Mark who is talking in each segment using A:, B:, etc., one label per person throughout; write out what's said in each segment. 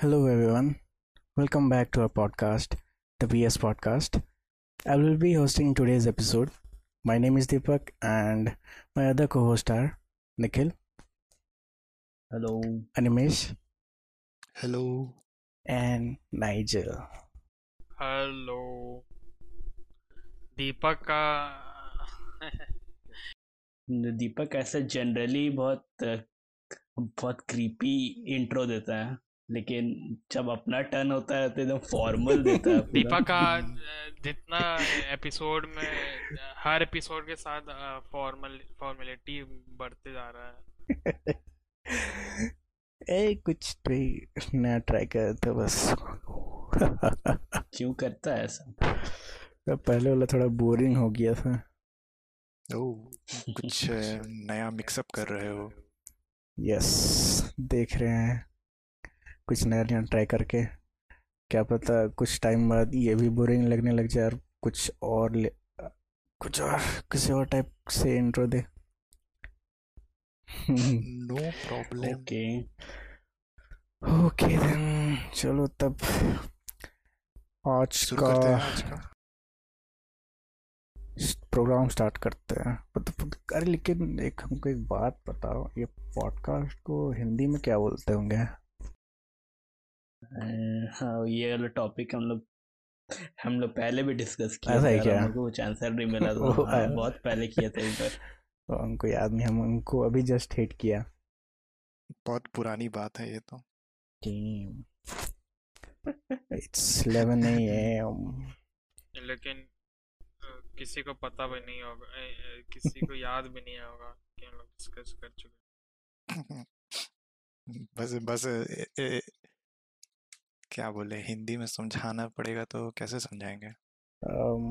A: Hello, everyone. Welcome back to our podcast, the BS Podcast. I will be hosting today's episode. My name is Deepak, and my other co hosts are Nikhil,
B: Hello.
A: Animesh,
C: Hello.
A: and Nigel.
D: Hello Deepak का
B: दीपक ऐसे generally बहुत बहुत creepy intro देता है लेकिन जब अपना turn होता है तो एकदम फॉर्मल देता है पूरा।
D: दीपक का अ, जितना एपिसोड में हर एपिसोड के साथ फॉर्मल फॉर्मेलिटी बढ़ते जा रहा है
A: ए कुछ भी नया ट्राई कर तो बस
B: क्यों करता है ऐसा
A: पहले वाला थोड़ा बोरिंग हो गया था
C: ओ कुछ अ, नया मिक्सअप कर रहे हो
A: यस देख रहे हैं कुछ नया नया ट्राई करके क्या पता कुछ टाइम बाद ये भी बोरिंग लगने लग जाए और कुछ और ले कुछ और किसी और टाइप से इंट्रो दे
C: no problem
B: okay
A: okay then चलो तब आज
C: शुरू
A: का
C: करते हैं आज का
A: प्रोग्राम स्टार्ट करते हैं मतलब अरे लेकिन एक हमको एक बात बताओ ये पॉडकास्ट को हिंदी में क्या बोलते होंगे
B: हाँ ये वाला टॉपिक हम लोग हम लोग पहले भी डिस्कस किया
A: ऐसा
B: था
A: है
B: यार,
A: क्या?
B: हमको कुछ आंसर नहीं मिला था
A: ओह,
B: हाँ,
A: आया।
B: बहुत पहले किया था एक बार
A: तो हमको याद नहीं हम उनको अभी जस्ट हिट किया
C: बहुत पुरानी बात है ये तो
A: Damn. It's 11 a.m.
D: लेकिन अ, किसी को पता भी नहीं होगा अ, अ, किसी को याद भी नहीं होगा कि हम लोग डिस्कस कर चुके हैं।
C: बस बस ए, ए, क्या बोले हिंदी में समझाना पड़ेगा तो कैसे समझाएंगे
A: Um,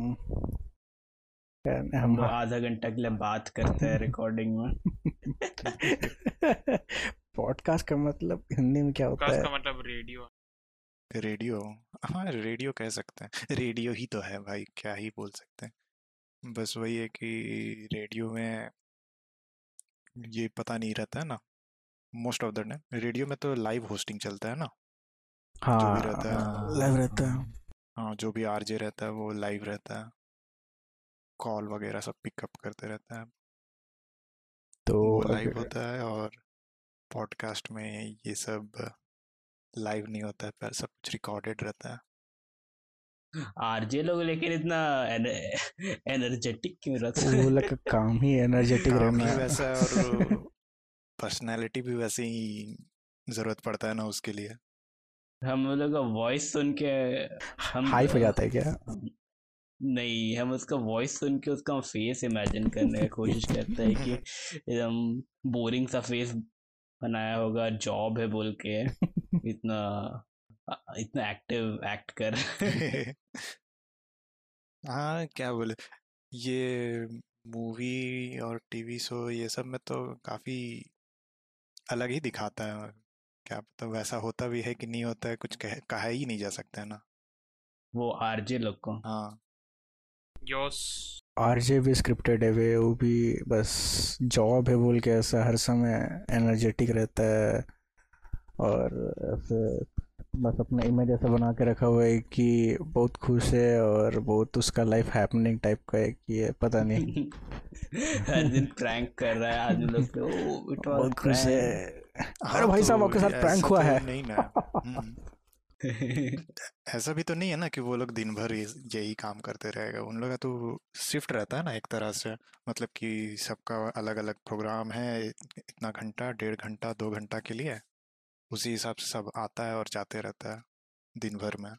A: and हम
B: हम लोग तो आधा घंटा के लिए बात करते हैं रिकॉर्डिंग में
A: पॉडकास्ट का मतलब हिंदी में क्या होता
D: Podcast
A: है
D: का मतलब रेडियो
C: रेडियो हाँ रेडियो कह सकते हैं रेडियो ही तो है भाई क्या ही बोल सकते हैं बस वही है कि रेडियो में ये पता नहीं रहता है ना most of the time radio में तो लाइव होस्टिंग चलता है ना मतलब जो भी रहता है।
A: हाँ लाइव रहता है
C: हाँ जो भी आरजे रहता है वो लाइव रहता है कॉल वगैरह सब पिकअप करते रहता है
A: तो
C: वो लाइव
A: अगर-
C: होता है और पॉडकास्ट में ये सब लाइव नहीं होता है पर सब कुछ रिकॉर्डेड रहता है
B: आरजे लोग लेकिन इतना एन- एनर्जेटिक क्यों रहते
A: वो
B: हैं?
A: लोग का काम ही एनर्जेटिक
C: काम
A: रहना
C: ही वैसा है और पर्सनालिटी भी वैसे ही जरूरत पड़ता है ना उसके लिए
B: हम लोग का वॉइस सुन के हम
A: हाइप हो जाता है क्या
B: नहीं हम उसका वॉइस सुन के उसका फेस इमेजिन करने की कोशिश करते हैं कि एकदम बोरिंग सा फेस बनाया होगा जॉब है बोल के इतना इतना एक्टिव एक्ट कर
C: हाँ क्या बोले ये मूवी और टीवी शो ये सब में तो काफी अलग ही दिखाता है क्या पता वैसा होता भी है कि नहीं होता है कुछ कह, कहा ही नहीं जा सकता है ना
B: वो आरजे लोग को
C: हाँ
D: योस
A: आरजे भी स्क्रिप्टेड है वे वो भी बस जॉब है बोल के ऐसा हर समय एनर्जेटिक रहता है और ऐसे बस अपना इमेज ऐसा बना के रखा हुआ है कि बहुत खुश है और बहुत उसका लाइफ हैपनिंग टाइप का है कि ये पता नहीं
B: हर दिन प्रैंक कर रहा है आदमी लोग पे ओ it was
A: बहुत खुश है
B: prank."
A: अरे भाई साहब,
C: तो
A: आपके साथ
C: ऐसा
A: prank हुआ
C: तो
A: है।
C: नहीं ना हम्म, ऐसा भी तो नहीं है ना कि वो लोग दिन भर ये- यही काम करते रहेगा उन लोग का तो शिफ्ट रहता है ना एक तरह से मतलब कि सबका अलग अलग प्रोग्राम है इतना घंटा डेढ़ घंटा दो घंटा के लिए उसी हिसाब से सब आता है और जाते रहता है दिन भर में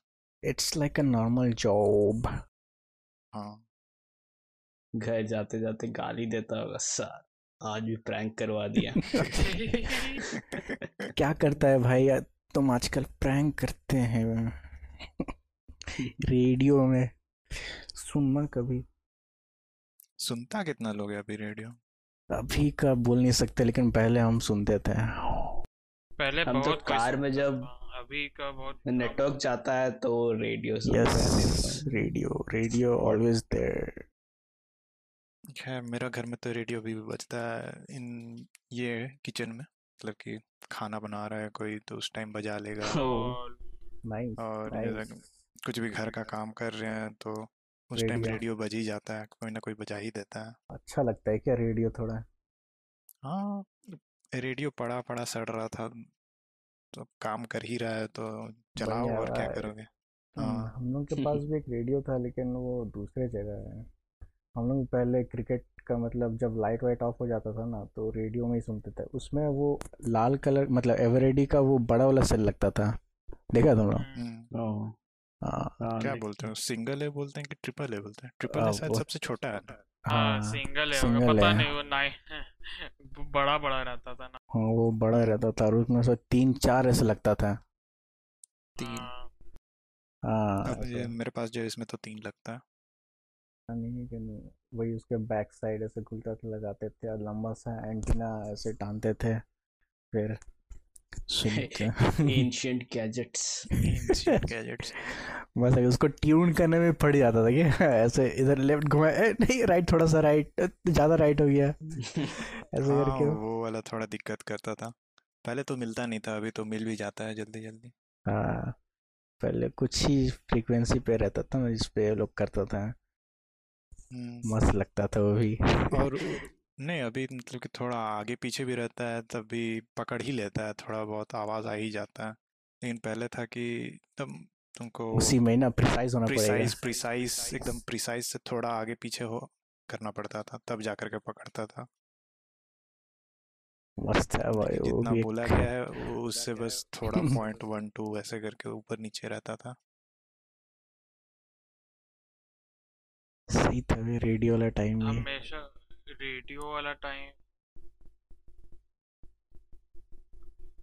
A: it's like a normal job
C: हाँ
B: घर जाते जाते गाली देता होगा सर आज भी प्रैंक करवा दिया
A: क्या करता है भाई तुम आजकल प्रैंक करते हैं रेडियो में सुनना कभी
C: सुनता कितना लोग है अभी रेडियो
A: अभी का बोल नहीं सकते लेकिन पहले हम सुनते थे
D: पहले
B: हम तो
D: बहुत कोई
B: कार में
D: सुनता
B: जब
D: था, अभी का बहुत कम
B: नेटवर्क जाता है तो रेडियो सुनता है दिन
A: यस
B: भर।
A: रेडियो रेडियो ऑलवेज देयर
C: खैर मेरा घर में तो रेडियो भी बजता है इन ये किचन में मतलब कि खाना बना रहा है कोई तो उस टाइम बजा लेगा
D: और
A: नाइस
C: और
A: नाइस
C: अगर कुछ भी घर का काम कर रहे हैं तो उस टाइम
A: रेडियो।
C: रेडियो बज ही जाता है कोई ना कोई बजा ही देता है
A: अच्छा लगता है क्या रेडियो थोड़ा
C: हाँ रेडियो पड़ा पड़ा सड़ रहा था तो काम कर ही रहा है तो चलाओ
A: बढ़िया
C: और क्या
A: भाई।
C: करोगे
A: हम्म,
C: हाँ
A: हम लोग के पास भी एक रेडियो था लेकिन वो दूसरे जगह है हम लोग पहले क्रिकेट का मतलब जब लाइट वाइट ऑफ हो जाता था ना तो रेडियो में ही सुनते थे उसमें वो लाल कलर मतलब एवरेडी का वो बड़ा वाला सेल लगता था देखा तुम लोग
D: हम्म,
C: हम्म,
B: ओ
A: हाँ
B: हाँ
C: क्या
B: देख-
C: बोलते हैं सिंगल है बोलते हैं कि ट्रिपल है बोलते हैं ट्रिपल है
A: आ,
C: शायद
A: वो-
C: सबसे छोटा है ना
D: हाँ
A: हाँ
D: सिंगल है होगा
A: single
D: पता
A: है।
D: नहीं वो नाइ बड़ा बड़ा रहता था ना
A: हाँ वो बड़ा रहता था और उसमें से तीन चार ऐसे लगता था
C: तीन
D: हाँ,
A: हाँ
C: अब ये मेरे पास जो है, इसमें तो तीन लगता है
A: पता नहीं कि नहीं वही उसके बैक साइड ऐसे खुलता था लगाते थे और लंबा सा एंटीना ऐसे टानते थे फिर सुनते
B: एंशियंट गैजेट्स
C: Ancient gadgets
A: बस अगर उसको ट्यून करने में पड़ जाता था कि ऐसे इधर लेफ्ट घुमा ए, नहीं राइट थोड़ा सा राइट ज़्यादा राइट हो गया ऐसे
C: हाँ
A: करके
C: वो वाला थोड़ा दिक्कत करता था पहले तो मिलता नहीं था अभी तो मिल भी जाता है जल्दी जल्दी
A: हाँ पहले कुछ ही फ्रीक्वेंसी पे रहता था मैं जिस पे ये लोग करता था
C: हम्म,
A: मस्त लगता था वो भी
C: और उ- नहीं अभी मतलब कि थोड़ा आगे पीछे भी रहता है तब भी पकड़ ही लेता है थोड़ा बहुत आवाज आ ही जाता है लेकिन पहले था कि एकदम तुमको
A: उसी में ही ना प्रिसाइज होना पड़ेगा
C: प्रिसाइज प्रिसाइज एकदम प्रिसाइज से थोड़ा आगे पीछे हो करना पड़ता था तब जा करके पकड़ता था
A: मस्त है भाई
C: लेकिन
A: वो
C: जितना
A: भी
C: बोला
A: एक
C: गया है वो उससे बस थोड़ा पॉइंट वन टू ऐसे करके ऊपर नीचे रहता था
A: सही था वे रेडियो वाला टाइम ये
D: हमेशा रेडियो वाला टाइम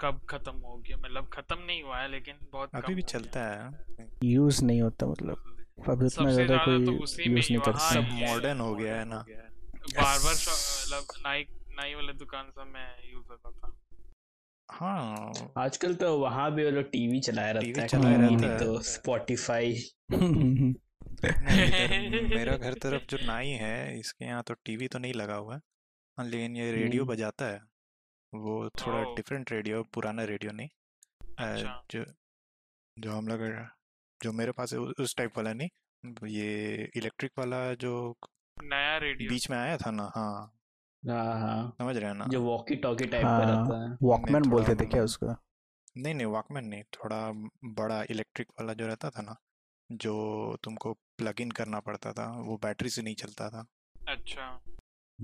D: कब खत्म हो गया मतलब खत्म नहीं हुआ है लेकिन बहुत
C: अभी
D: कम
C: भी
D: हो गया।
C: चलता है
A: यूज नहीं होता मतलब अभी उतना
D: सबसे
A: ज्यादा
D: ज्यादा
A: कोई
D: तो उसी में
A: यूज नहीं
D: ही वहाँ
A: करता
C: सब
D: ये-
C: मॉडर्न हो गया है ना
D: बार्बर शॉप मतलब नाई नाई वाले दुकान से मैं यूज करता था
C: हाँ
B: आजकल तो वहां भी वो लोग टीवी चलाया
C: TV
B: रहता है
C: चलाया
B: टीवी
C: रहता
B: नहीं
C: है।
B: तो स्पॉटिफाई
C: नहीं इधर मेरा घर तरफ जो नाई है इसके यहाँ तो टीवी तो नहीं लगा हुआ है हाँ, लेकिन ये रेडियो
B: हम्म।
C: बजाता है वो थोड़ा
D: ओ।
C: डिफरेंट रेडियो पुराना रेडियो नहीं अ,
D: अच्छा।
C: जो जो हम लोग जो मेरे पास है उ- उस टाइप वाला नहीं ये इलेक्ट्रिक वाला जो
D: नया रेडियो
C: बीच में आया था ना हाँ
B: हाँ हाँ
C: समझ रहे हैं ना
B: जो वॉकी टॉकी टाइप का
A: हाँ।
B: रहता है
A: वॉकमैन
C: थोड़ा
A: बोलते थे क्या
C: म-
A: उसको
C: नहीं नहीं वॉकमैन नहीं थोड़ा बड़ा इलेक्ट्रिक वाला जो रहता था ना जो तुमको प्लग इन करना पड़ता था वो बैटरी से नहीं चलता था
D: अच्छा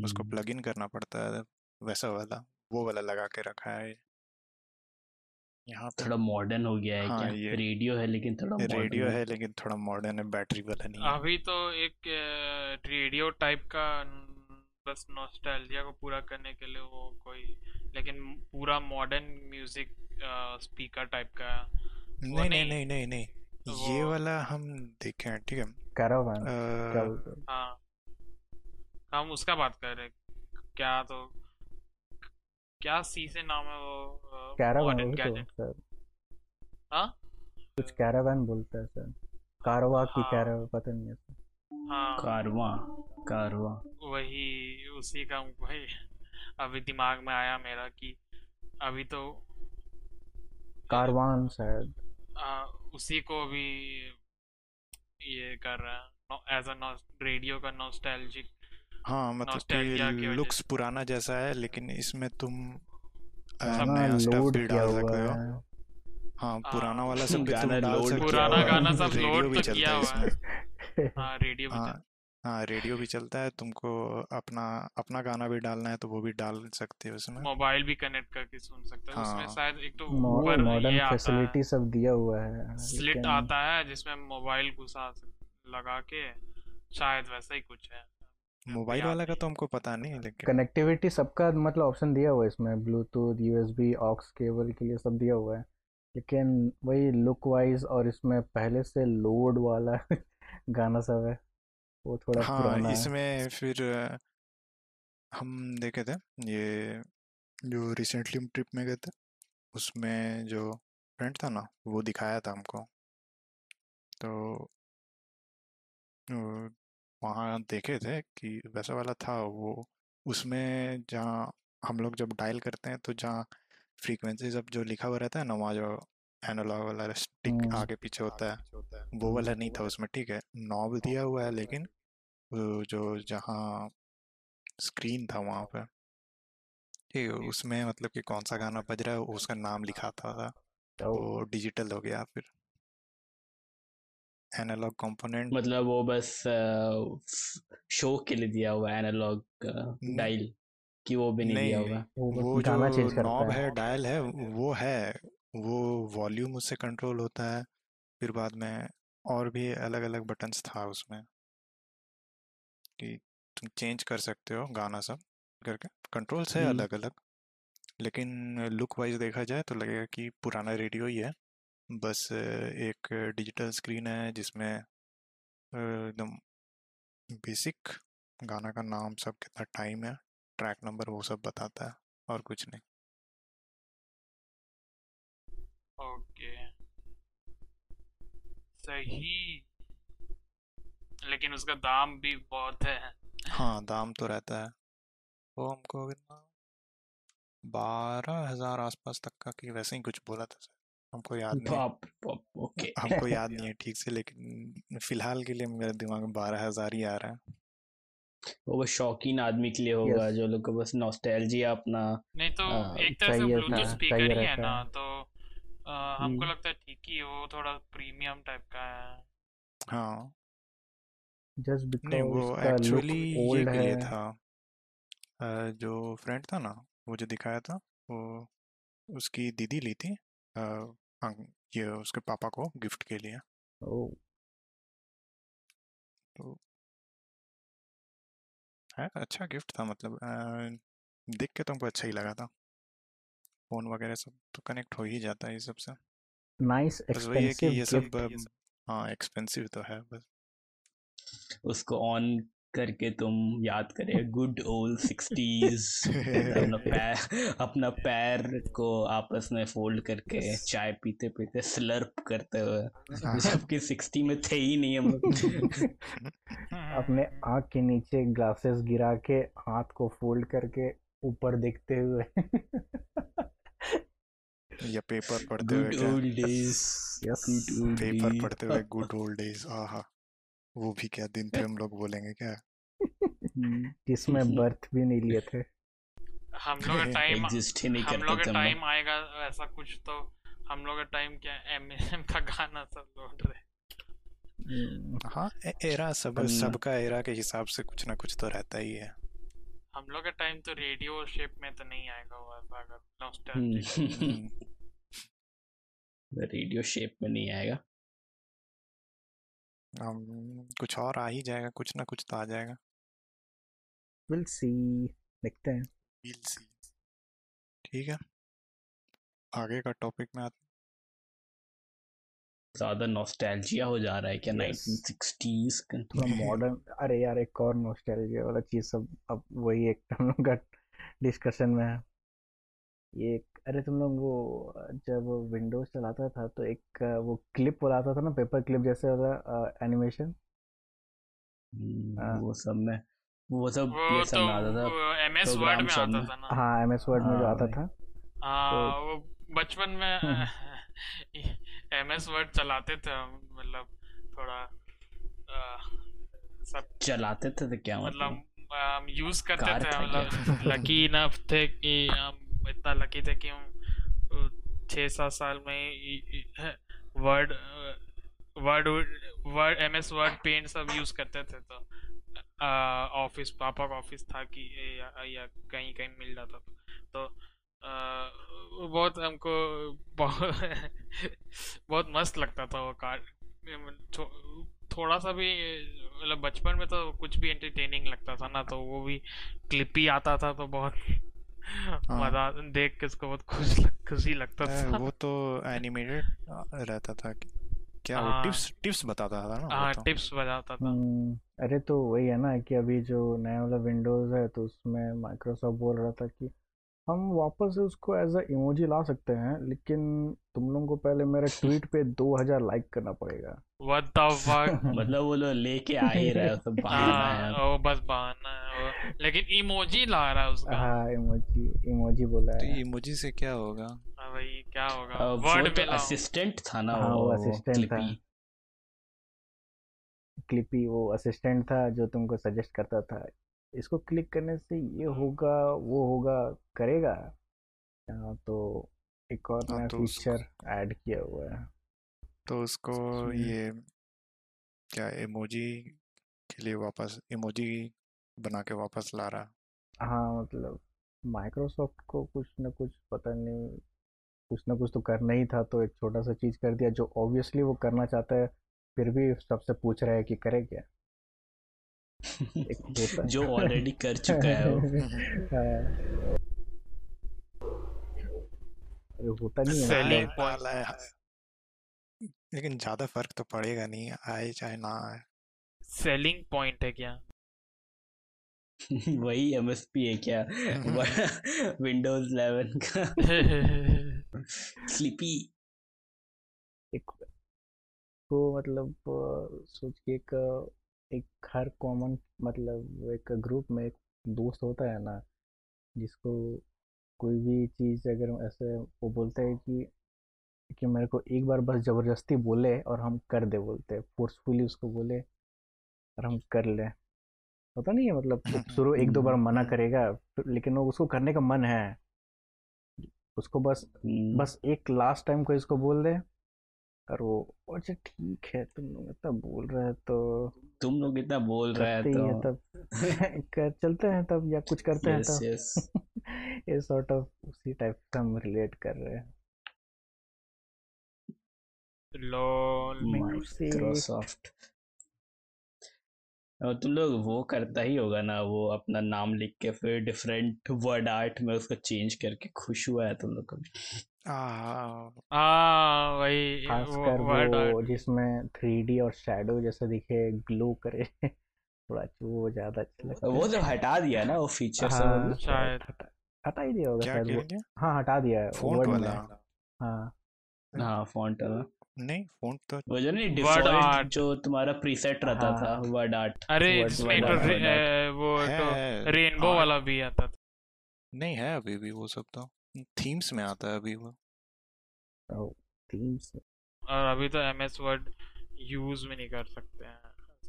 C: उसको
B: हम्म।
C: प्लग इन करना पड़ता है वैसा वाला वो वाला लगा के रखा है यहाँ पे
B: थोड़ा मॉडर्न हो गया है
C: हाँ,
B: क्या
C: ये-
B: रेडियो है लेकिन थोड़ा मॉडर्न
C: रेडियो
B: है
C: है लेकिन थोड़ा मॉडर्न है बैटरी वाला नहीं है
D: अभी तो एक अ, रेडियो टाइप का न, बस नॉस्टैल्जिया को पूरा करने के लिए वो कोई लेकिन पूरा मॉडर्न म्यूजिक स्पीकर टाइप का वो
C: नहीं नहीं
D: नहीं तो
C: नहीं नहीं नहीं ये
D: वो-
C: वाला हम देखे हैं ठीक है
A: कैरावान
D: Uh,
A: क्या
C: अ,
A: बोलते हैं?
D: हाँ हम उसका बात कर रहे हैं। क्या तो क्या सी से नाम है वो
A: कैरावान
D: मॉडर्न
A: वही तो
D: गैजेट
A: सर
D: हाँ
A: कुछ कैरावान बोलते हैं सर कारवा की
D: हाँ।
A: कैरावा पता नहीं है सर।
D: हाँ
B: कारवा कारवा
D: वही उसी का हूँ भाई अभी दिमाग में आया मेरा कि अभी तो
A: कारवान शायद
D: आ, उसी को भी ये कर रहा है एज अ रेडियो का नॉस्टैल्जिक
C: हाँ मतलब
D: नॉस्टैल्जिया की
C: कि
D: वजह
C: लुक्स
D: से।
C: पुराना जैसा है लेकिन इसमें तुम अ,
D: सब
A: गाना
C: नया स्टफ
A: लोड
C: भी
A: हाँ, किया
C: डाल
A: हुआ
C: सकते हो
A: है
C: हाँ
D: हाँ,
C: पुराना वाला सब भी तुम
B: गाना
C: डाल
B: load
C: सकते हो
D: पुराना गाना सब
C: रेडियो
D: लोड
C: भी
D: तो
C: चलता
D: किया
C: है
D: हुआ
C: इसमें
D: है हाँ रेडियो भी
C: हाँ
D: चल
C: हाँ रेडियो भी चलता है तुमको अपना अपना गाना भी डालना है तो वो भी डाल सकते हो उसमें
D: मोबाइल भी कनेक्ट करके सुन सकते हो उसमें
C: हाँ।
D: शायद एक तो ऊपर ये
A: मॉडर्न
D: आता है
A: फैसिलिटी सब दिया हुआ है
D: स्लिट
A: लेकिन
D: आता है जिसमें मोबाइल घुसा सक- लगा के शायद वैसा ही कुछ है मेरे को
C: मोबाइल
D: याद
C: वाला का
D: नहीं
C: तो हमको पता नहीं लेकिन
A: कनेक्टिविटी सबका मतलब ऑप्शन दिया हुआ है इसमें ब्लूटूथ यूएसबी ऑक्स केबल के लिए सब दिया हुआ है लेकिन वही लुक वाइज और इसमें पहले से लोड वाला गाना सब है वो थोड़ा
C: हाँ
A: पुराना है
C: इसमें फिर अ, हम देखे थे ये जो रिसेंटली हम ट्रिप में गए थे उसमें जो फ्रेंड था ना वो दिखाया था हमको तो अ, वहाँ देखे थे कि वैसा वाला था वो उसमें जहाँ हम लोग जब डायल करते हैं तो जहाँ फ्रीक्वेंसीज अब जो लिखा हुआ रहता है ना वहाँ जो एनालॉग वाला स्टिक
A: हम्म।
C: आगे पीछे होता है हम्म, वो वाला नहीं था उसमें ठीक है नॉब दिया हुआ है लेकिन वो जो जहाँ स्क्रीन था वहाँ पे ठीक है उसमें मतलब कि कौन सा गाना बज रहा है उसका नाम लिखा था, था
A: ओ,
C: वो डिजिटल हो गया फिर एनालॉग कंपोनेंट
B: मतलब वो बस शो के लिए दिया हुआ एनालॉग डायल कि वो भी नहीं, दिया
C: नहीं,
B: हुआ
A: वो बस
C: वो जो
A: गाना change करता
C: knob
A: है।
C: है डायल है वो है वो वॉल्यूम उससे कंट्रोल होता है फिर बाद में और भी अलग अलग बटन्स था उसमें कि तुम चेंज कर सकते हो गाना सब करके कंट्रोल्स है
B: हम्म।
C: अलग अलग लेकिन लुक वाइज देखा जाए तो लगेगा कि पुराना रेडियो ही है बस अ, एक डिजिटल स्क्रीन है जिसमें अ, एकदम बेसिक गाना का नाम सब कितना टाइम है ट्रैक नंबर वो सब बताता है और कुछ नहीं
D: ओके सही लेकिन उसका दाम भी बहुत है
C: हाँ दाम तो रहता है वो हमको कितना बारह हजार आसपास तक का कि वैसे ही कुछ बोला था सर हमको याद नहीं
B: बाप बाप तो ओके
C: हमको याद नहीं है ठीक से लेकिन फिलहाल के लिए मेरे दिमाग में बारह हजार ही आ रहा है
B: वो बस शौकीन आदमी के लिए होगा
A: Yes.
B: जो लोग को बस नॉस्टैल्जिया अपना
D: नहीं तो
B: हाँ,
D: एक तरह से
A: चाहिए
D: ब्लूटूथ
A: था,
D: स्पीकर
A: चाहिए
D: ही है
A: रहता
D: ना
A: है।
D: तो अ, हमको
B: हम्म।
D: लगता है ठीक ही है, वो थोड़ा प्रीमियम टाइप का है
C: हाँ
A: जस्ट
C: नहीं
A: बिकॉज
C: वो
A: तो उसका लुक
C: एक्चुअली ये
A: ओल्ड
C: के लिए
A: है
C: था अ, जो फ्रेंड था ना वो जो दिखाया था वो उसकी दीदी ली थी अ, अंक- ये उसके पापा को गिफ्ट के लिए
A: ओ,
C: तो है अच्छा गिफ्ट था मतलब अ, देख के तुमको अच्छा ही लगा था फोन वगैरह सब तो कनेक्ट हो ही जाता है ये सब से
A: नाइस
C: बस वही है कि
A: एक्सपेंसिव
C: ये सब
A: गिफ्ट
C: अ, हाँ एक्सपेंसिव तो है बस
B: उसको ऑन करके तुम याद करे गुड ओल्ड सिक्सटीज अपना पैर अपना पैर को आपस में फोल्ड करके चाय पीते पीते स्लर्प करते हुए
C: हाँ।
B: जबकि सिक्सटी में थे ही नहीं हम लोग
A: अपने
D: हम्म।
A: आँख के नीचे ग्लासेस गिरा के हाथ को फोल्ड करके ऊपर देखते हुए
C: या पेपर पढ़ते हुए
B: गुड
C: क्या
B: old days
A: Yes.
B: Good old
C: paper
B: days
C: पढ़ते हुए गुड ओल्ड डेज आहा वो भी क्या दिन थे हम लोग बोलेंगे क्या
A: जिसमें बर्थ भी नहीं लिए थे
D: हम लोग का टाइम
B: एग्जिस्ट ही नहीं
D: हम लोग
B: करते
D: का
B: थे हम
D: टाइम आएगा ऐसा कुछ तो हम लोग का टाइम क्या एम का गाना सब लौट रहे
A: हम्म,
C: हाँ ए- एरा सब
B: हम-
C: सबका एरा के हिसाब से कुछ ना कुछ तो रहता ही है
D: हम लोग का टाइम तो रेडियो शेप में तो नहीं आएगा वो ऐसा अगर nostalgic-
B: लोग
C: हम्म,
B: रेडियो शेप में नहीं आएगा
C: हम कुछ और आ ही जाएगा कुछ ना कुछ तो आ जाएगा
A: we'll see देखते हैं
C: We'll see. ठीक है आगे का टॉपिक में आते
B: ज्यादा नॉस्टैल्जिया हो जा रहा है क्या
A: Yes.
B: 1960s का
A: थोड़ा मॉडर्न अरे यार एक और नॉस्टैल्जिया वाला चीज सब अब वही एक हम लोग का डिस्कशन में है ये एक- अरे तुम लोग वो जब विंडोज चलाता था तो एक अ, वो क्लिप वाला आता था ना पेपर क्लिप जैसे वाला एनिमेशन
B: हम्म,
A: हाँ।
B: वो सब में वो सब
D: वो
B: ये सब
D: तो
B: में आता था
D: एम एस वर्ड
B: program सब
D: में आता
B: में।
D: था ना
A: हाँ एम एस वर्ड में जो
B: हाँ
A: आता
B: भाई।
A: था
D: हाँ
A: तो-
D: वो बचपन
B: हम्म,
D: में एम एस वर्ड चलाते थे हम मतलब थोड़ा आ, सब
B: चलाते थे तो क्या मतलब
D: मतलब हम यूज करते
B: कार
D: थे
B: था क्या?
D: मतलब लकी इनफ थे कि हम इतना लकी थे कि हम अ, छः सात साल में word word word M S word paint सब यूज करते थे तो ऑफिस पापा का ऑफिस था कि या, या कहीं कहीं मिल जाता था तो अ, वो बहुत हमको बहुत बहुत मस्त लगता था वो कार थो- थोड़ा सा भी मतलब बचपन में तो कुछ भी एंटरटेनिंग लगता था ना तो वो भी क्लिप ही आता था तो बहुत
C: हाँ।
D: मजा देख के उसको बहुत खुश लग, खुशी लगता
C: हैं
D: था
C: अ, वो तो एनिमेटेड रहता था कि- क्या वो
D: हाँ।
C: टिप्स टिप्स बताता था ना वो
D: हाँ
C: तो
D: टिप्स बजाता था
A: हम्म, अरे तो वही है ना कि अभी जो नया वाला विंडोज है तो उसमें माइक्रोसॉफ्ट बोल रहा था कि हम वापस से उसको एज अ इमोजी ला सकते हैं लेकिन तुम लोगों को पहले मेरे ट्वीट पे 2000 लाइक करना पड़ेगा
D: व्हाट द फक
C: मतलब
D: हाँ,
B: मतलब वो लोग लेके आ ही रहा है सब बहाना है
D: वो बस बहाना है लेकिन इमोजी ला रहा है उसका
A: हाँ इमोजी इमोजी बोला
C: तो
A: है
C: इमोजी से क्या होगा
D: हाँ भाई क्या
B: अ,
D: होगा
B: वो
D: वर्ड
B: तो
D: में लाओ
B: असिस्टेंट था ना
A: हाँ, वो
B: वो
A: assistant था।
B: क्लिपी
A: क्लिपी वो असिस्टेंट था जो तुमको सजेस्ट करता था इसको क्लिक करने से ये
C: हाँ।
A: होगा वो होगा करेगा हाँ, तो एक और
C: हाँ,
A: नया
C: तो उसको-
A: फीचर ऐड किया हुआ है
C: तो उसको
A: उसमें-
C: ये क्या इमोजी के लिए वापस इमोजी बना के वापस ला रहा
A: हाँ मतलब माइक्रोसॉफ्ट को कुछ ना कुछ पता नहीं कुछ ना कुछ तो करना ही था तो एक छोटा सा चीज़ कर दिया जो ऑब्वियसली वो करना चाहता है फिर भी सबसे पूछ रहा है कि करे क्या एक होता है।
B: जो ऑलरेडी कर चुका है वो
A: हाँ। अरे होता नहीं है
D: Selling
A: मतलब,
D: point.
C: डाला है लेकिन ज्यादा फर्क तो पड़ेगा नहीं आए चाहे ना आए
D: सेलिंग पॉइंट है क्या
B: वही एमएसपी है क्या विंडोज 11 का स्लीपी
A: एक तो मतलब अ, सोच के एक अ, एक हर कॉमन मतलब एक ग्रुप में एक दोस्त होता है ना जिसको कोई भी चीज़ अगर ऐसे वो बोलता है कि कि मेरे को एक बार बस ज़बरदस्ती बोले और हम कर दे बोलते हैं फोर्सफुली उसको बोले और हम कर ले होता नहीं है मतलब एक शुरू एक दो बार मना करेगा फिर- लेकिन वो उसको करने का मन है उसको बस बस एक लास्ट टाइम को इसको बोल दे और वो अच्छा ठीक है तुम लोग इतना बोल रहे हैं तो
B: तुम लोग इतना बोल रहे
A: करते
B: हैं
A: ही है
B: तो
A: तब कर चलते हैं तब या कुछ करते हैं तो।
B: यस
A: तब
B: यस
A: ये सॉर्ट ऑफ उसी टाइप का हम रिलेट कर रहे हैं
D: लोल
A: हम्म। Microsoft।
B: माइक्रोसॉफ्ट और तुम लोग वो करता ही होगा ना वो अपना नाम लिख के फिर डिफरेंट वर्ड आर्ट में उसको चेंज करके खुश हुआ है तुम लोग कभी
C: आ,
A: तो
D: हाँ वही
A: खासकर
D: वर्ड
A: वो जिसमें थ्री डी और शेडो जैसे दिखे ग्लो करे थोड़ा अच्छा- वो ज्यादा अच्छा लगता है
B: वो जब हटा दिया ना वो फीचर
A: हाँ,
B: सब
D: शायद।
A: हटा- हटा ही दिया होगा
C: क्या
A: शायद
C: कह
A: वो
C: रही है
A: हाँ हटा दिया है
C: फोन
A: वर्ड में
C: वाला
A: हाँ
B: हाँ फॉन्ट
C: नहीं फोन तो
B: वो जो नहीं
D: Word
B: डिफॉल्ट
D: art.
B: जो तुम्हारा प्रीसेट रहता
A: हाँ।
B: था वर्ड आर्ट
D: अरे
A: Word
D: इसमें एक
B: वाला
D: रे-
B: word
D: ए, वो तो
C: है हाँ।
D: रेनबो
C: art-
D: वाला भी आता था
C: नहीं है अभी भी वो सब तो थीम्स में आता है अभी वो
A: थीम्स
D: और अभी तो एम एस वर्ड यूज भी नहीं कर सकते हैं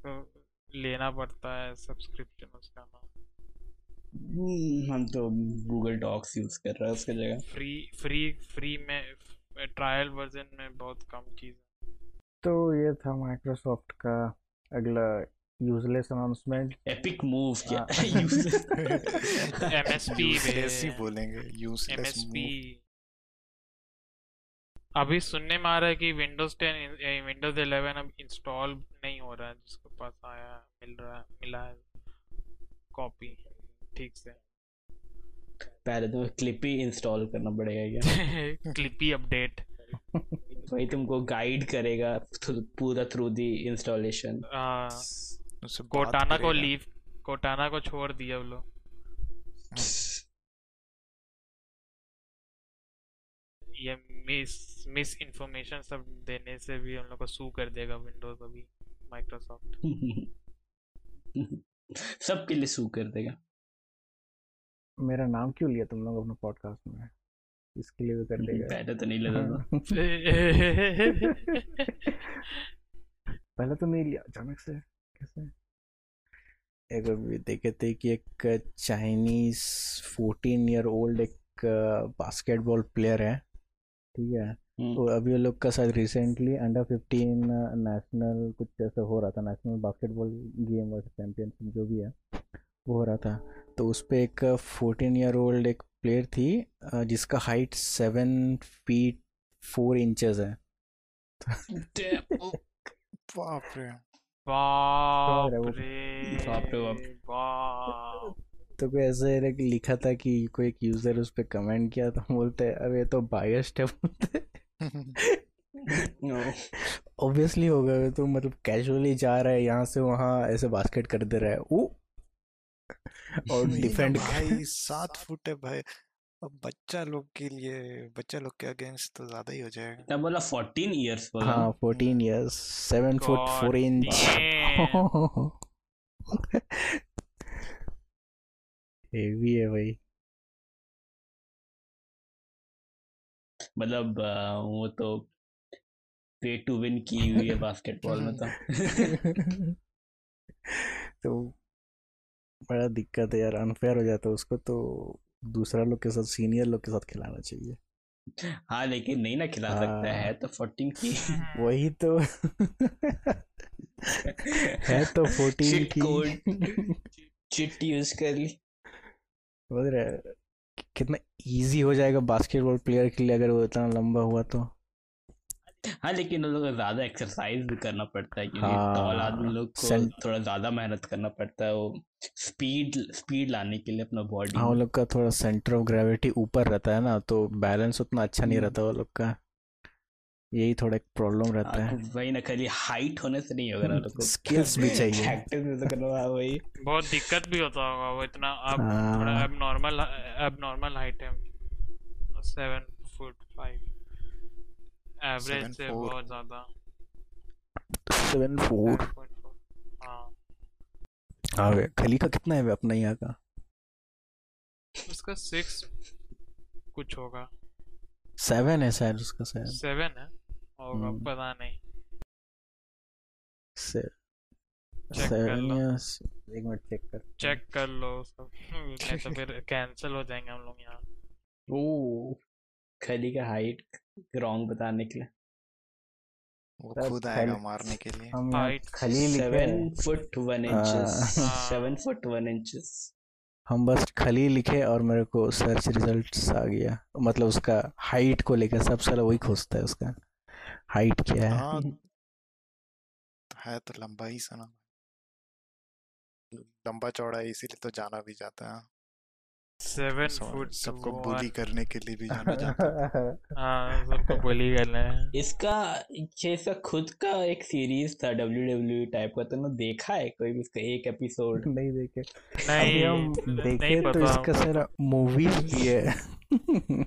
D: तो लेना पड़ता है सब्सक्रिप्शन उसका
B: हम तो गूगल डॉक्स यूज कर रहे हैं उसकी जगह
D: फ्री फ्री फ्री में ट्रायल वर्जन में बहुत कम चीज
A: तो ये था माइक्रोसॉफ्ट का अगला यूजलेस अनाउंसमेंट
B: एपिक मूव क्या
A: हाँ।
B: Useless.
D: MSP
C: यूजलेस ही
D: बे।
C: बोलेंगे यूजलेस
D: एमएसपी अभी सुनने में आ रहा है कि विंडोज 10 विंडोज 11 अब इंस्टॉल नहीं हो रहा है जिसके पास आया मिल रहा है मिला है कॉपी ठीक से
B: पहले तो क्लिपी इंस्टॉल करना पड़ेगा क्या
D: क्लिपी अपडेट
B: वही तुमको गाइड करेगा थ्रू- पूरा थ्रू दी इंस्टॉलेशन
C: उससे बात
D: कोटाना को
C: करेगा।
D: लीव कोटाना को छोड़ दिया वो लोग ये मिस मिस इन्फॉर्मेशन सब देने से भी हम लोग को सू कर देगा विंडोज अभी माइक्रोसॉफ्ट
B: सबके लिए सू कर देगा
A: मेरा नाम क्यों लिया तुम लोग अपने पॉडकास्ट में इसके लिए भी कर देगा हाँ।
B: पहले तो नहीं लेता था
A: पहले तो नहीं लिया अचानक से कैसे एक बार भी देखे थे कि एक चाइनीज फोर्टीन ईयर ओल्ड एक बास्केटबॉल प्लेयर है ठीक है
B: हम्म।
A: तो अभी वो लोग का शायद रिसेंटली अंडर फिफ्टीन नेशनल कुछ ऐसा हो रहा था national basketball game world championship जो भी है वो हो रहा था तो उस पर एक फोर्टीन ईयर ओल्ड एक प्लेयर थी अ, जिसका height seven feet four inches है
C: बाप रे
A: रहा है वो।
D: बाप
B: बाप रे
D: रे
B: बाप।
D: बाप
A: तो कोई ऐसे लाइक लिखा था कि कोई एक यूजर उस पर कमेंट किया तो बोलते हैं अरे ये तो बायस्ड है बोलते ऑब्वियसली होगा ये तो मतलब कैजुअली जा रहा है यहाँ से वहाँ ऐसे बास्केट कर दे रहा है वो और
C: वही ना
A: डिफेंड
C: भाई सात फुट है भाई अब बच्चा लोग के लिए बच्चा लोग के अगेंस्ट तो ज्यादा ही हो जाएगा
B: तब बोला फोर्टीन ईयर्स बोला
A: हाँ fourteen years seven foot four
D: God
A: inch
D: damn.
A: Heavy है भाई
B: मतलब आ, वो तो पे टू विन की हुई है बास्केटबॉल में तो
A: तो बड़ा दिक्कत है यार अनफेयर हो जाता है उसको तो दूसरा लोग के साथ सीनियर लोग के साथ खिलाना चाहिए
B: हाँ लेकिन नहीं ना खिला सकता
A: हाँ।
B: है तो फोर्टीन की
A: वही तो है तो फोर्टीन
B: Cheat
A: की
B: code. चिट यूज कर ली
A: समझ रहे हैं? कि- कितना इजी हो जाएगा बास्केटबॉल प्लेयर के लिए अगर वो इतना लंबा हुआ तो
B: हाँ लेकिन उन लोगों को ज्यादा एक्सरसाइज भी करना पड़ता है क्योंकि
A: हाँ,
B: tall आदमी लोग को
A: सेंट-
B: थोड़ा ज्यादा मेहनत करना पड़ता है वो स्पीड स्पीड लाने के लिए अपना बॉडी
A: हाँ वो लोग का थोड़ा सेंटर ऑफ ग्रेविटी ऊपर रहता है ना तो बैलेंस उतना अच्छा नहीं
B: हम्म।
A: रहता वो लोग का यही थोड़ा एक प्रॉब्लम रहता है
B: हाँ, तो वही ना खाली हाइट होने से नहीं होगा ना उन लोग को
A: स्किल्स हम्म, भी चाहिए
B: प्रैक्टिस में तो करना वही
D: बहुत दिक्कत भी होता होगा वो इतना अब थोड़ा
A: हाँ,
D: एबनॉर्मल एबनॉर्मल हाइट है सेवन फुट फाइव एवरेज से
C: 7'4"
D: बहुत ज्यादा
A: 7'4"
D: 7.4 हाँ
A: हाँ बे, खली का कितना है बे अपना यहाँ का
D: उसका सिक्स कुछ होगा
A: सेवन है शायद उसका शायद
D: सेवन है होगा
A: हम्म।
D: पता नहीं
A: से,
D: Check कर
A: सेवन
D: लो।
A: या एक मिनट चेक कर
D: चेक कर लो सब नहीं तो फिर कैंसिल हो जाएंगे हम लोग यहाँ
B: ओ खली का हाइट रॉन्ग बताने के लिए
C: वो
A: सर,
C: खुद आएगा
A: पहले-
C: मारने के लिए
A: हम यहाँ
D: Height
A: खली लिखे
B: सेवन फुट वन
A: हाँ।
B: Inches seven foot one inches
A: हम बस खली लिखे और मेरे को सर्च रिजल्ट्स आ गया मतलब उसका हाइट को लेकर सब सारा वही खोजता है उसका हाइट क्या है
C: हाँ है तो लंबा ही सना लंबा चौड़ा है इसीलिए तो जाना भी जाता है
D: सेवन
C: सो-
D: फुट
C: सबको बुली करने के लिए भी जाना जाता है
D: हाँ सबको बुली करना है
B: इसका ये इसका खुद का एक सीरीज था डब्ल्यू डब्ल्यू टाइप का तुमने देखा है कोई भी उसका एक एपिसोड
A: नहीं देखे अभी
D: नहीं
A: हम
D: नहीं
A: देखे तो
D: पता
A: इसका सारा मूवीज भी है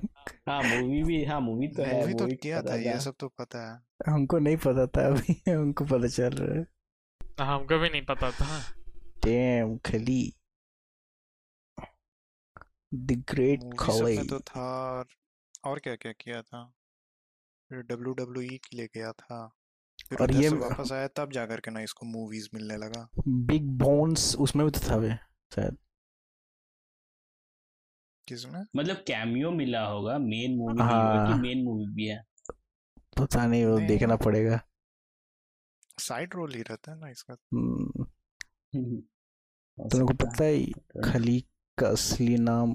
B: हाँ मूवी भी हाँ मूवी तो है
C: मूवी तो
B: मूवी
C: किया था
B: पता
C: ये सब तो पता है
A: हमको नहीं पता था अभी हमको पता चल रहा है
D: हाँ, हमको भी नहीं पता था
A: damn Khali the great
C: movie सब
A: खली
C: में तो था और, और क्या क्या किया था फिर डब्ल्यू डब्ल्यू ई ले गया था फिर
A: और
C: उधर
A: ये-
C: से वापस आया तब जाकर के ना इसको मूवीज मिलने लगा
A: बिग बोन्स उसमें भी तो था बे शायद
C: किसमें
B: मतलब कैमियो मिला होगा मेन मूवी
A: हाँ।
B: होगा कि मेन मूवी भी है
A: पता तो नहीं वो
C: नहीं।
A: देखना पड़ेगा
C: साइड रोल ही रहता है ना इसका तो
A: हम्म,
B: हो
A: तुमको
B: सकता
A: पता है
B: है।
A: खली का असली नाम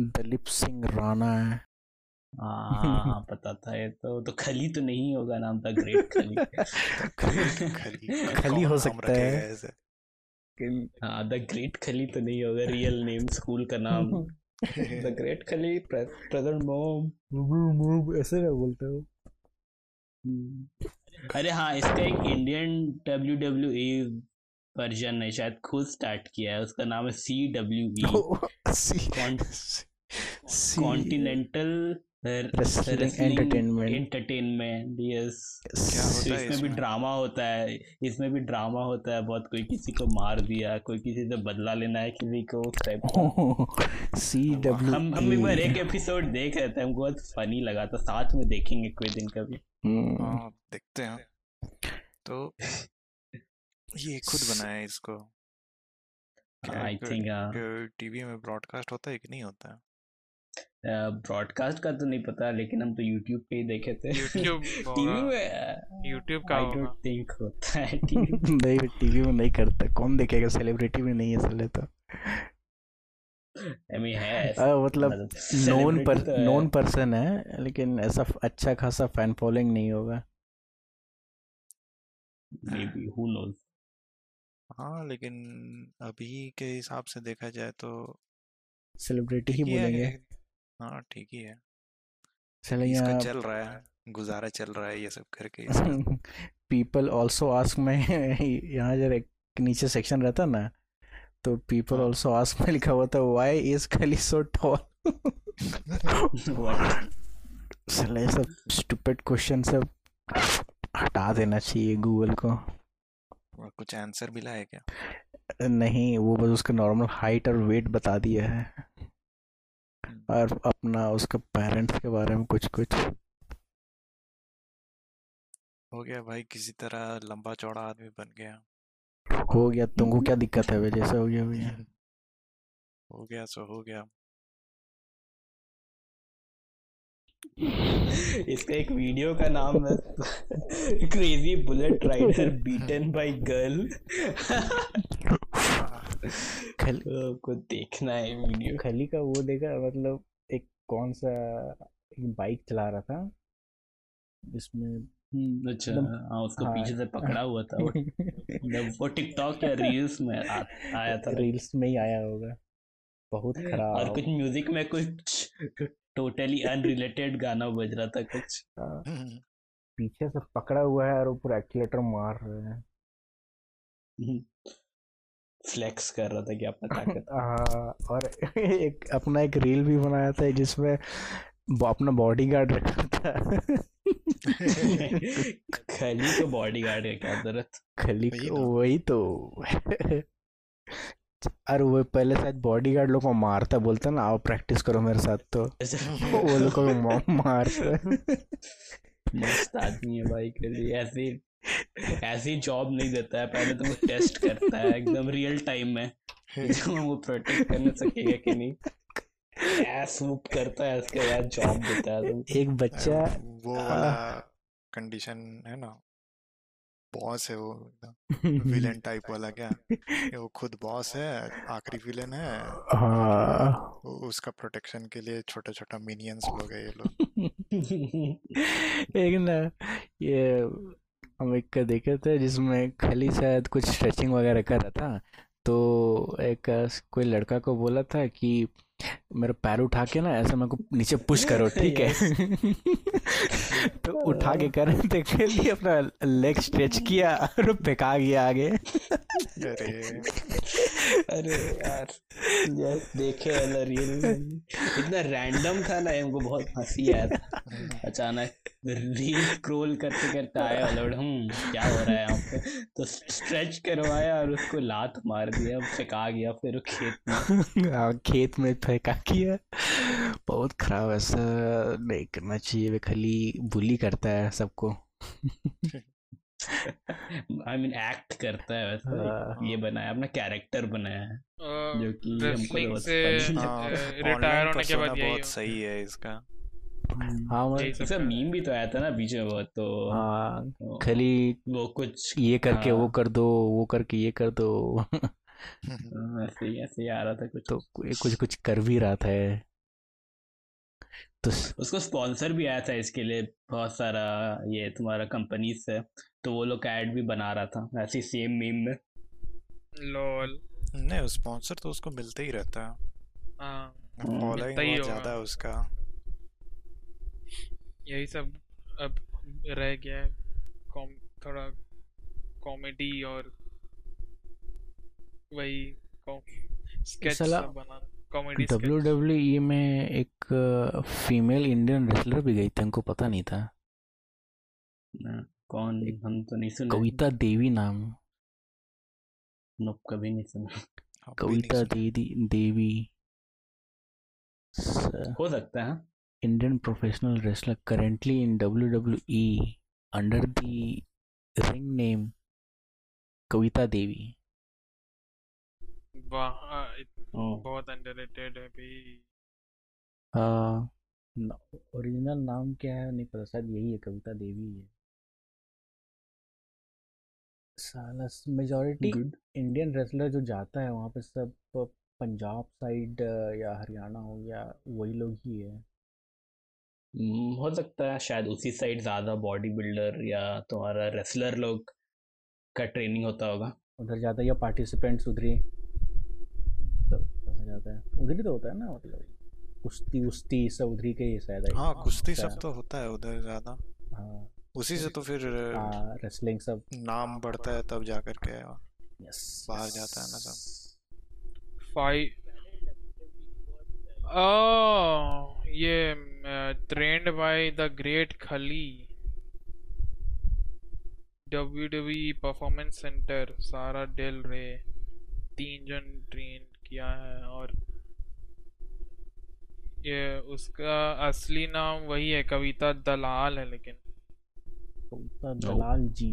A: दलीप सिंह राणा है
B: हाँ हाँ, हाँ पता था ये तो तो खली तो नहीं होगा नाम था ग्रेट खली
C: खली
A: खली हो सकता है।
C: ऐसे
B: हाँ द ग्रेट खली तो नहीं होगा रियल नेम स्कूल का नाम the great Khali present mom
A: ऐसे ना बोलते हो
B: अरे हाँ इसका एक Indian W W E version है शायद खुद स्टार्ट किया है उसका नाम है E। C W E
C: E।
B: Continental
A: Wrestling Entertainment.
B: Entertainment yes
C: क्या
B: इसमें भी
C: होता है इसमें?
B: ड्रामा होता है इसमें भी ड्रामा होता है बहुत कोई किसी को मार दिया कोई किसी से बदला लेना है किसी को उस type का।
A: सी डब्ल्यू
B: हम हम एक बार एक एपिसोड देख रहे थे हमको बहुत फनी लगा था साथ में देखेंगे कोई दिन कभी
A: हम्म।
C: हाँ देखते हैं तो ये खुद बनाया है इसको
A: हाँ।
B: आई थिंक
C: टीवी में ब्रॉडकास्ट होता है कि नहीं होता है
B: ब्रॉडकास्ट का तो नहीं पता लेकिन हम तो यूट्यूब पे ही देखे थे
D: YouTube
B: टीवी
D: होगा।
B: में
D: यूट्यूब का
B: आई
D: होगा
B: डोंट थिंक होता है टीवी
A: नहीं टीवी में नहीं करता कौन देखेगा सेलिब्रिटी भी नहीं है साले तो
B: आई मीन है ऐसा,
A: आ, मतलब
B: मतलब
A: नोन
B: celebrity
A: पर
B: तो है।
A: नोन पर्सन है लेकिन ऐसा फ- अच्छा खासा फैन फॉलोइंग नहीं होगा
B: maybe, who knows
C: हाँ लेकिन अभी के हिसाब से देखा जाए तो
A: सेलिब्रिटी ही
C: ठीक है,
A: बोलेंगे
C: हाँ ठीक ही है
A: चले
C: इसका
A: यहाँ
C: चल रहा है गुजारा चल रहा है ये सब करके
A: पीपल ऑल्सो आस्क में यहाँ जरा एक नीचे सेक्शन रहता ना तो पीपल
C: हाँ।
A: ऑल्सो आस्क में लिखा हुआ था why is Khali so tall
B: What?
A: साले ये सब स्टूपिड क्वेश्चन सब हटा देना चाहिए गूगल को
C: और कुछ आंसर मिला है क्या
A: नहीं वो बस उसका नॉर्मल हाइट और वेट बता दिया है
C: हम्म।
A: और अपना उसका पेरेंट्स के बारे में कुछ कुछ
C: हो गया भाई किसी तरह लंबा चौड़ा आदमी बन गया
A: हो गया तुमको क्या दिक्कत है भाई जैसा हो गया भैया
C: हो गया सो हो गया
B: इसका एक वीडियो का नाम है crazy bullet rider beaten by girl
A: खल
B: तो आपको देखना है वीडियो
A: खली का वो देखा मतलब एक कौन सा एक बाइक चला रहा था जिसमें
B: अच्छा
A: एकदम-
B: हाँ उसको
A: हाँ।
B: पीछे से पकड़ा हुआ था वो मतलब वो टिकटॉक या रील्स में आ, आया था
A: रील्स में ही आया होगा बहुत
B: और
A: खराब
B: कुछ म्यूजिक में कुछ टोटली अनरिलेटेड गाना बज रहा था कुछ
A: हाँ,
C: हम्म,
A: पीछे से पकड़ा हुआ है और वो पूरा एक्सीलेटर मार रहे हैं
B: फ्लेक्स कर रहा था कि अपना ताकत
A: हाँ, और एक अपना एक रील भी बनाया था जिसमें वो अपना बॉडी गार्ड रखा था
B: खली को बॉडी गार्ड का तो क्या जरूरत
A: खली
C: वही
A: को
C: ना।
A: वही तो अरे वो पहले शायद बॉडी गार्ड लोग को मारता बोलता ना आओ प्रैक्टिस करो मेरे साथ तो वो लोग को मा- मारता
B: मस्त आदमी है भाई खली ऐसी ऐसी जॉब नहीं देता है पहले तो वो टेस्ट करता है एकदम रियल टाइम में कि जो वो प्रोटेक्ट करने सकेगा कि नहीं ऐस वूप करता है उसके बाद जॉब देता है तो
A: एक बच्चा
C: वो वाला कंडीशन है ना बॉस है वो विलेन टाइप वाला क्या ये वो खुद बॉस है आखिरी विलेन है
A: हाँ
C: वो उसका प्रोटेक्शन के लिए छोटा छोटा मिनियंस लोग है ये लोग
A: एक ना ये हम एक का देखे थे जिसमें खाली शायद कुछ स्ट्रेचिंग वगैरह कर रहा था तो एक अ, कोई लड़का को बोला था कि मेरा पैर उठा के ना ऐसे मेरे को नीचे पुश करो ठीक है तो उठा
B: हाँ।
A: के कर रहे थे लिए अपना लेग स्ट्रेच किया और फेंका गया आगे
C: अरे
B: अरे यार यार देखे वाला रील इतना रैंडम था ना हमको बहुत हंसी आया था
C: हाँ,
B: अचानक रील स्क्रॉल करते करते आया अलर्ट हम क्या हो रहा है यहाँ पे तो स्ट्रेच करवाया और उसको लात मार दिया फेंका गया फिर वो खेत में
A: हाँ, खेत में फेंका किया बहुत खराब ऐसा नहीं करना चाहिए वे खाली बुली करता है सबको
B: आई मीन एक्ट करता है वैसे
A: हाँ।
B: ये बनाया अपना कैरेक्टर बनाया है जो कि
A: तो
B: हमको तो
D: रेसलिंग
B: बहुत
D: से
B: funny
C: हाँ
D: रिटायर होने के बाद यही
C: बहुत
D: हो
C: सही है इसका
A: हाँ मतलब
D: यही सब
B: इसका
D: कर-
B: मीम भी तो आया था ना बीच में बहुत तो
A: हाँ
B: वो-
A: खाली
B: वो कुछ
A: ये करके वो
B: हाँ।
A: कर दो वो करके ये कर दो
B: हाँ, ऐसे ही ऐसे ही आ रहा था कुछ
A: तो ये कुछ कुछ कर भी रहा था ये। तो स-
B: उसको स्पॉन्सर भी आया था इसके लिए बहुत सारा ये तुम्हारा कंपनी से तो वो लोग ऐड भी बना रहा था ऐसी सेम मीम में
D: LOL
C: नहीं स्पॉन्सर तो उसको मिलते ही रहता है
D: हाँ
B: मिलता
C: फॉलोइंग
D: ही
C: बहुत
D: होगा।
C: ज्यादा है उसका
D: यही सब अब रह गया है कॉम थोड़ा कॉमेडी और वही स्केच
A: साला
D: सब बना comedy
A: W W E E में एक फीमेल इंडियन रेसलर भी गई थी हमको पता नहीं था
B: हाँ, कौन हम तो नहीं सुने
A: कविता देवी नाम
B: Nope, कभी नहीं सुना
C: हम भी नहीं
A: कविता
C: सुनते।
A: देदी देवी
B: हो सकता है हाँ?
A: Indian professional wrestler currently in WWE under the ring name Kavita Devi
D: वाह आ, इत-
B: ओह,
A: हाँ।
D: बहुत अंडररेटेड है भाई
A: ओरिजिनल Uh, नाम क्या है नहीं पता शायद यही है कविता देवी ही है साला मेजोरिटी
B: good.
A: इंडियन रेसलर जो जाता है वहाँ पे सब पंजाब साइड या हरियाणा हो गया वही लोग ही है
B: हम्म, हो सकता है शायद उसी साइड ज्यादा बॉडी बिल्डर या तुम्हारा रेसलर लोग का ट्रेनिंग होता होगा
A: उधर जाता है या पार्टिसिपेंट्स उधर ही सब ऐसा जाता है उधर ही तो होता है ना मतलब कुश्ती उश्ती सब उधर ही के ही शायद है।
C: हाँ कुश्ती सब
A: होता
C: तो होता है उधर ज्यादा
A: हाँ
C: उसी से तो फिर
A: हाँ रेसलिंग सब
C: नाम बढ़ता है तब जा करके
A: यस
C: बाहर जाता है ना
A: सब
D: फाइव ओह Oh, ये uh, trained by the great Khali E WWE performance center Sara Del Rey तीन जन ट्रेन किया है और ये उसका असली नाम वही है कविता दलाल है लेकिन
A: कविता दलाल जी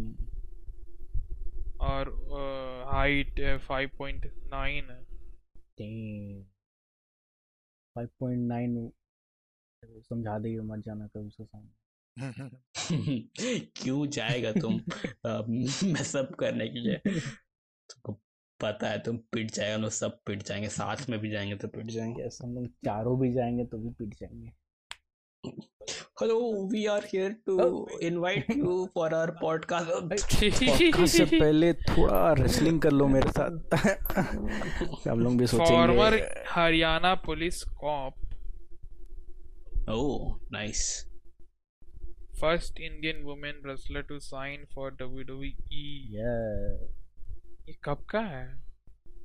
D: और uh, height five point nine है
A: फाइव पॉइंट नाइन समझा देगी मत जाना कभी उसके सामने
B: क्यों जाएगा तुम मैं सब करने के लिए तुमको पता है तुम पिट जाएगा हम लोग सब पिट जाएंगे साथ में भी जाएंगे तो पिट जाएंगे
A: यस हम लोग चारों भी जाएंगे तो भी पीट जाएंगे
B: hello we are here to invite you for our podcast
A: podcast से पहले थोड़ा रेसलिंग कर लो मेरे साथ हम लोग भी
D: फॉर्मर
A: सोचेंगे
D: Haryana police cop
B: oh nice
D: first Indian women wrestler to sign for WWE
A: Yeah,
D: E. ये कब का है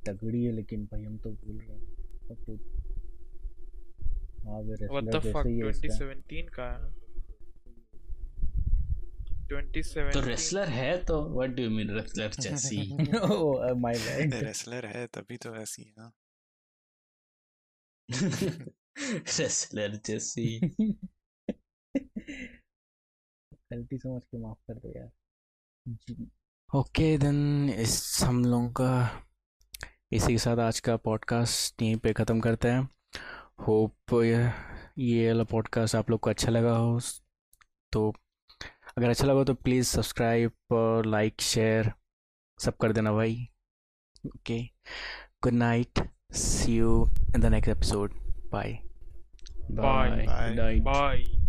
A: तगड़ी है लेकिन भाई हम तो भूल रहे हैं सब कुछ। हाँ वे
D: व्हाट
A: रेसलर
D: द फक
A: जैसे ही है उसका
D: 2017 का है 2017
B: तो रेसलर है तो what do you mean wrestler जैसी
A: ओह माय बैड
C: रेसलर है तभी तो ऐसी है ना
B: रेसलर जैसी
A: गलती समझ के माफ कर दो यार ओके देन इस हम लोगों का इसी के साथ आज का पॉडकास्ट यहीं पे ख़त्म करते हैं होप ये वाला पॉडकास्ट आप लोग को अच्छा लगा हो तो अगर अच्छा लगा हो तो प्लीज़ सब्सक्राइब और लाइक शेयर सब कर देना भाई okay good night see you in the next episode bye
D: Bye.
B: Good night.
D: Bye